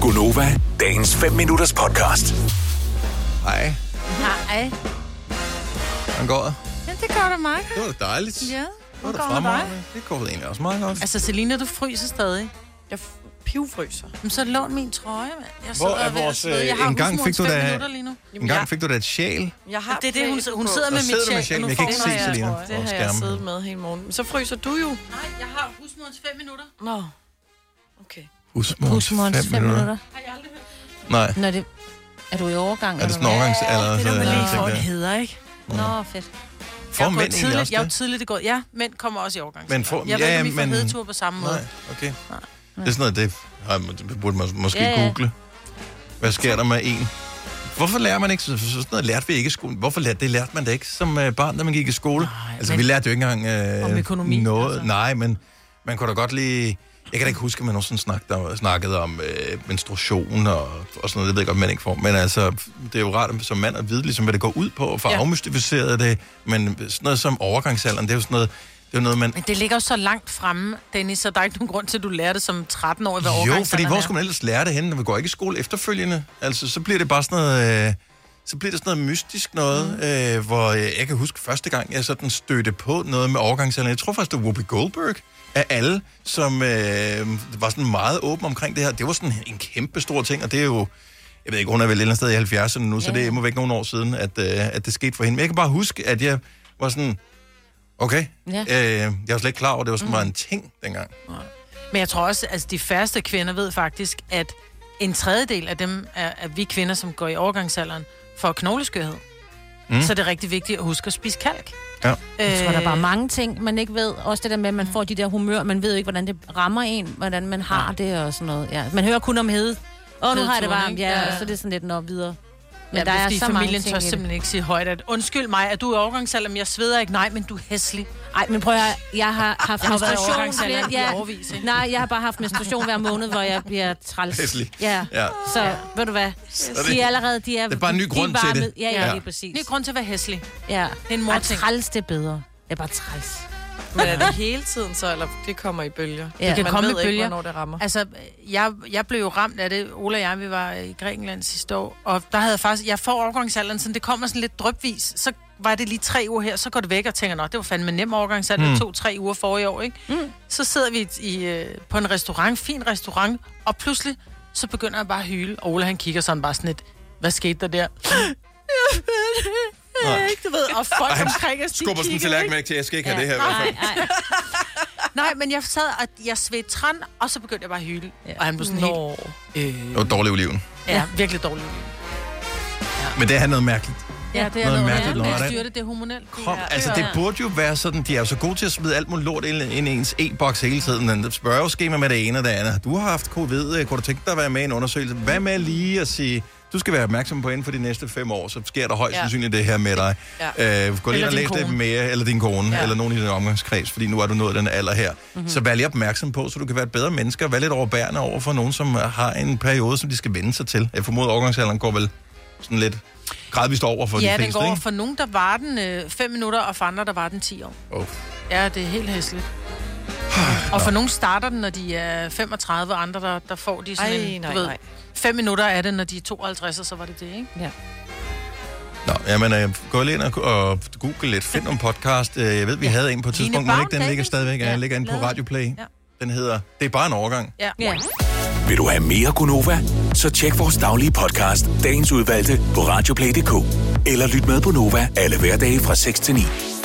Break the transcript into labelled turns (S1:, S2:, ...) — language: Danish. S1: Gunova, dagens 5 minutters podcast.
S2: Hej,
S3: Nej,
S2: hvordan går det?
S3: ja, det gør det mig.
S2: Det var da dejligt.
S3: Ja,
S2: det var
S3: hvordan
S2: da
S3: går det
S2: fremragende. Det går vel egentlig også meget godt.
S3: Altså, Selina, du fryser stadig.
S4: Jeg pivfryser.
S3: Men så lån min trøje, mand.
S2: Hvor
S3: Jeg sidder
S2: er
S3: og ved at
S2: vores,
S3: svede.
S2: øh,
S3: Jeg har
S2: en gang
S3: husmorens
S2: fik du
S3: fem
S2: da-
S3: minutter lige nu.
S2: En gang fik du da et sjal.
S4: Jeg har
S3: Det er det, hun,
S4: planen
S3: hun
S4: på.
S3: sidder
S2: Og
S3: med
S2: sidder
S3: mit
S2: du med
S3: sjæl.
S2: sjælen?
S3: Nu
S2: Jeg kan ikke
S3: får
S2: se
S3: jeg
S2: Selina.
S3: trøje.
S4: Det
S2: Over
S4: har jeg
S2: skærmen.
S4: siddet med hele morgenen. Men så fryser du jo.
S3: Nej, jeg har husmorens fem minutter.
S4: Nå, okay.
S2: Husmorens fem minutter. Nej,
S3: Nå, det... Er du i overgang?
S2: er det sådan en overgangsalder?
S4: Det er man lige får
S2: tænker
S4: en
S2: jeg.
S4: hedder, ikke?
S3: Nå, fedt.
S2: Får
S3: jeg
S2: mænd egentlig
S3: tidligt,
S2: også
S3: Jeg er jo
S2: det?
S3: tidligt i går. Ja, mænd kommer også i overgang.
S2: Men får-
S3: jeg ved
S2: ja,
S3: ikke, om I får
S2: men-
S3: hedetur på samme
S2: Nej,
S3: måde.
S2: okay. Det er sådan noget, det, ej, men det burde man måske
S3: Ja, ja.
S2: google. Hvad sker der med en? Hvorfor lærer man ikke? så- så- Sådan noget lærte vi ikke i skolen. Hvorfor lærte det lærte man da ikke som øh, barn, da man gik i skole? Nej, altså,
S3: men-
S2: vi lærte jo ikke engang øh,
S3: Om økonomi,
S2: noget. Altså.
S3: altså.
S2: Nej, men man kunne da godt lige... Jeg kan da ikke huske, at man nogensinde snakkede, snakkede om øh, menstruation og, og sådan noget. Det ved jeg godt, man ikke får. Men altså, det er jo rart som mand at vide, ligesom, hvad det går ud på. For ja.
S4: Ja.
S2: afmystificeret det. Men sådan noget som overgangsalderen, det er jo sådan noget... Det er jo noget, man
S3: Men det ligger jo så langt fremme, Dennis, så der er ikke nogen grund til, at du lærer det som 13-årig, hvad
S2: Jo, fordi
S3: overgangsalderen
S2: hvor
S3: er.
S2: skulle man ellers lære det henne, når vi går ikke i skole efterfølgende? Altså, så bliver det bare sådan noget... Øh, så bliver det sådan noget mystisk noget, mm. øh, hvor øh, jeg kan huske første gang, jeg sådan stødte på noget med overgangsalderen. Jeg tror faktisk, det var Whoopi Goldberg af alle, som øh, var sådan meget åben omkring det her. Det var sådan en kæmpe stor ting, og det er jo... Jeg ved ikke, hun er vel et eller andet sted i 70'erne nu, så det er må væk nogle år siden, at, øh, at det skete for hende. Men jeg kan bare huske, at jeg var sådan... Okay,
S3: Ja.
S2: øh, jeg var slet ikke klar over, at det var sådan mm. meget en ting dengang.
S3: Men jeg tror også, at altså, de færreste kvinder ved faktisk, at en tredjedel af dem er, er vi kvinder, som går i overgangsalderen, får knogleskørhed. Mm. Så det er rigtig vigtigt at huske at spise kalk.
S2: Ja.
S5: Jeg tror, der er bare
S3: Øh.
S5: mange ting, man ikke ved. Også det der med, at man
S3: Mm.
S5: får de der humør. Man ved jo ikke, hvordan det rammer en, hvordan man har
S3: Nej.
S5: det og sådan noget. Ja. Man hører kun om hede. Åh, nu har jeg det
S3: Hedeturen,
S5: varmt.
S3: ikke?
S5: Ja,
S3: Ja.
S5: ja. så er det sådan lidt noget videre. Men
S3: Men ja, der er så familien tør simpelthen ikke sige højt, at undskyld mig, at du er i overgangsalderen, jeg sveder ikke. Nej, men du er hæslig.
S5: Nej, men prøv at høre, jeg har haft
S3: har været i
S5: menstruation
S3: overgangsalderen
S5: flere...
S3: i årevis, ikke?
S5: Nej, jeg har bare haft menstruation hver måned, hvor jeg bliver træls.
S2: Hæslig.
S5: Ja.
S2: Ja.
S5: Så ved du hvad, de er allerede, de er...
S2: Det er bare en ny
S5: de
S2: grund til
S5: varmet.
S2: det.
S5: Ja,
S2: Ja.
S5: ja, lige præcis.
S3: Det er grund til at være hæslig.
S5: Ja.
S3: er en morting.
S5: Ej, træls, det er bedre. Det er bare træls.
S4: Men er det hele tiden så, eller det kommer i bølger?
S5: Ja. Det
S3: kan
S4: Man
S3: komme
S4: ved
S3: i
S4: Ikke,
S3: bølger.
S4: hvornår det rammer.
S3: Altså, jeg, jeg blev jo ramt af det, Ola og jeg, vi var i Grækenland sidste år, og der havde jeg faktisk, jeg får overgangsalderen, sådan det kommer sådan lidt drøbvis, så var det lige tre uger her, så går det væk og tænker, nå, det var fandme nem overgangsalder, mm. to-tre uger for i år, ikke? Mm. Så sidder vi i, øh, på en restaurant, fin restaurant, og pludselig, så begynder jeg bare at hyle, og Ola han kigger sådan bare sådan lidt, hvad skete der der? Jeg ved det ikke, du ved, og folk omkring os, de
S2: Skubber sådan en
S3: kiggede,
S2: tallerken væk til, jeg skal ikke have det her i hvert fald.
S5: Nej, nej.
S3: Nej, men jeg sad, og jeg svedte træn, og så begyndte jeg bare at hyle. Ja. Og han blev sådan helt,
S4: Nå.
S2: Det var dårlig oliven.
S3: ja, virkelig dårlig.
S2: Men det er noget mærkeligt.
S3: Ja, det
S2: Noget
S3: er noget
S2: mærkeligt
S3: mærkeligt.
S2: noget,
S3: Jeg
S2: ikke?
S3: styrer det, det er hormonelt.
S2: Kom, ja, altså det burde jo være sådan, de er jo så gode til at smide alt muligt lort ind, ind i ens e-boks hele tiden. Den spørgeskema med det ene og det andet. Du har haft covid, øh, kunne du tænke dig at være med i en undersøgelse? Hvad med lige at sige, du skal være opmærksom på inden for de næste fem år, så sker der højst
S4: Ja.
S2: sandsynligt det her med dig. Ja. Øh, gå lige
S3: Eller
S2: ind og
S3: din
S2: læs det
S3: kone.
S2: mere, eller din kone, ja.
S3: Ja. Mhm.
S2: eller nogen i din omgangskreds, fordi nu er du nået den alder her. Mm-hmm. Så vær lige opmærksom på, så du kan være et bedre menneske, og være lidt overbærende over for nogen, som øh, har en periode, som de skal vende sig til. Jeg formoder, overgangsalderen går vel sådan lidt gradvist over for
S3: Ja,
S2: de
S3: den
S2: fleste,
S3: går over
S2: ikke?
S3: for nogen, der var den 5 minutter, og for andre, der var den 10 år.
S2: Oh.
S3: Ja, det er helt hæsligt. og for nogen starter den, når de er 35, og andre, der, der får de sådan
S4: Ej,
S3: en,
S4: nej,
S3: du ved,
S4: nej.
S3: 5 minutter er det, når de er 52, og så var det det, ikke?
S2: Nå, jamen, øh, gå lige ind og, og google lidt. Find nogle podcast. Øh, Jeg ved, vi ja. havde en på et
S3: Line
S2: tidspunkt, men
S3: Baum
S2: ikke den ligger
S3: Davidsen.
S2: stadigvæk. Ja,
S3: Ja,
S2: den ligger inde på
S3: lavede
S2: Radio Play. Ja.
S3: Ja.
S2: Den hedder Det er bare en overgang.
S3: Ja.
S5: Ja.
S1: Vil du have mere Gunova? Så tjek vores daglige podcast, dagens udvalgte, på radioplay.dk. Eller lyt med på Nova alle hverdage fra 6 til 9.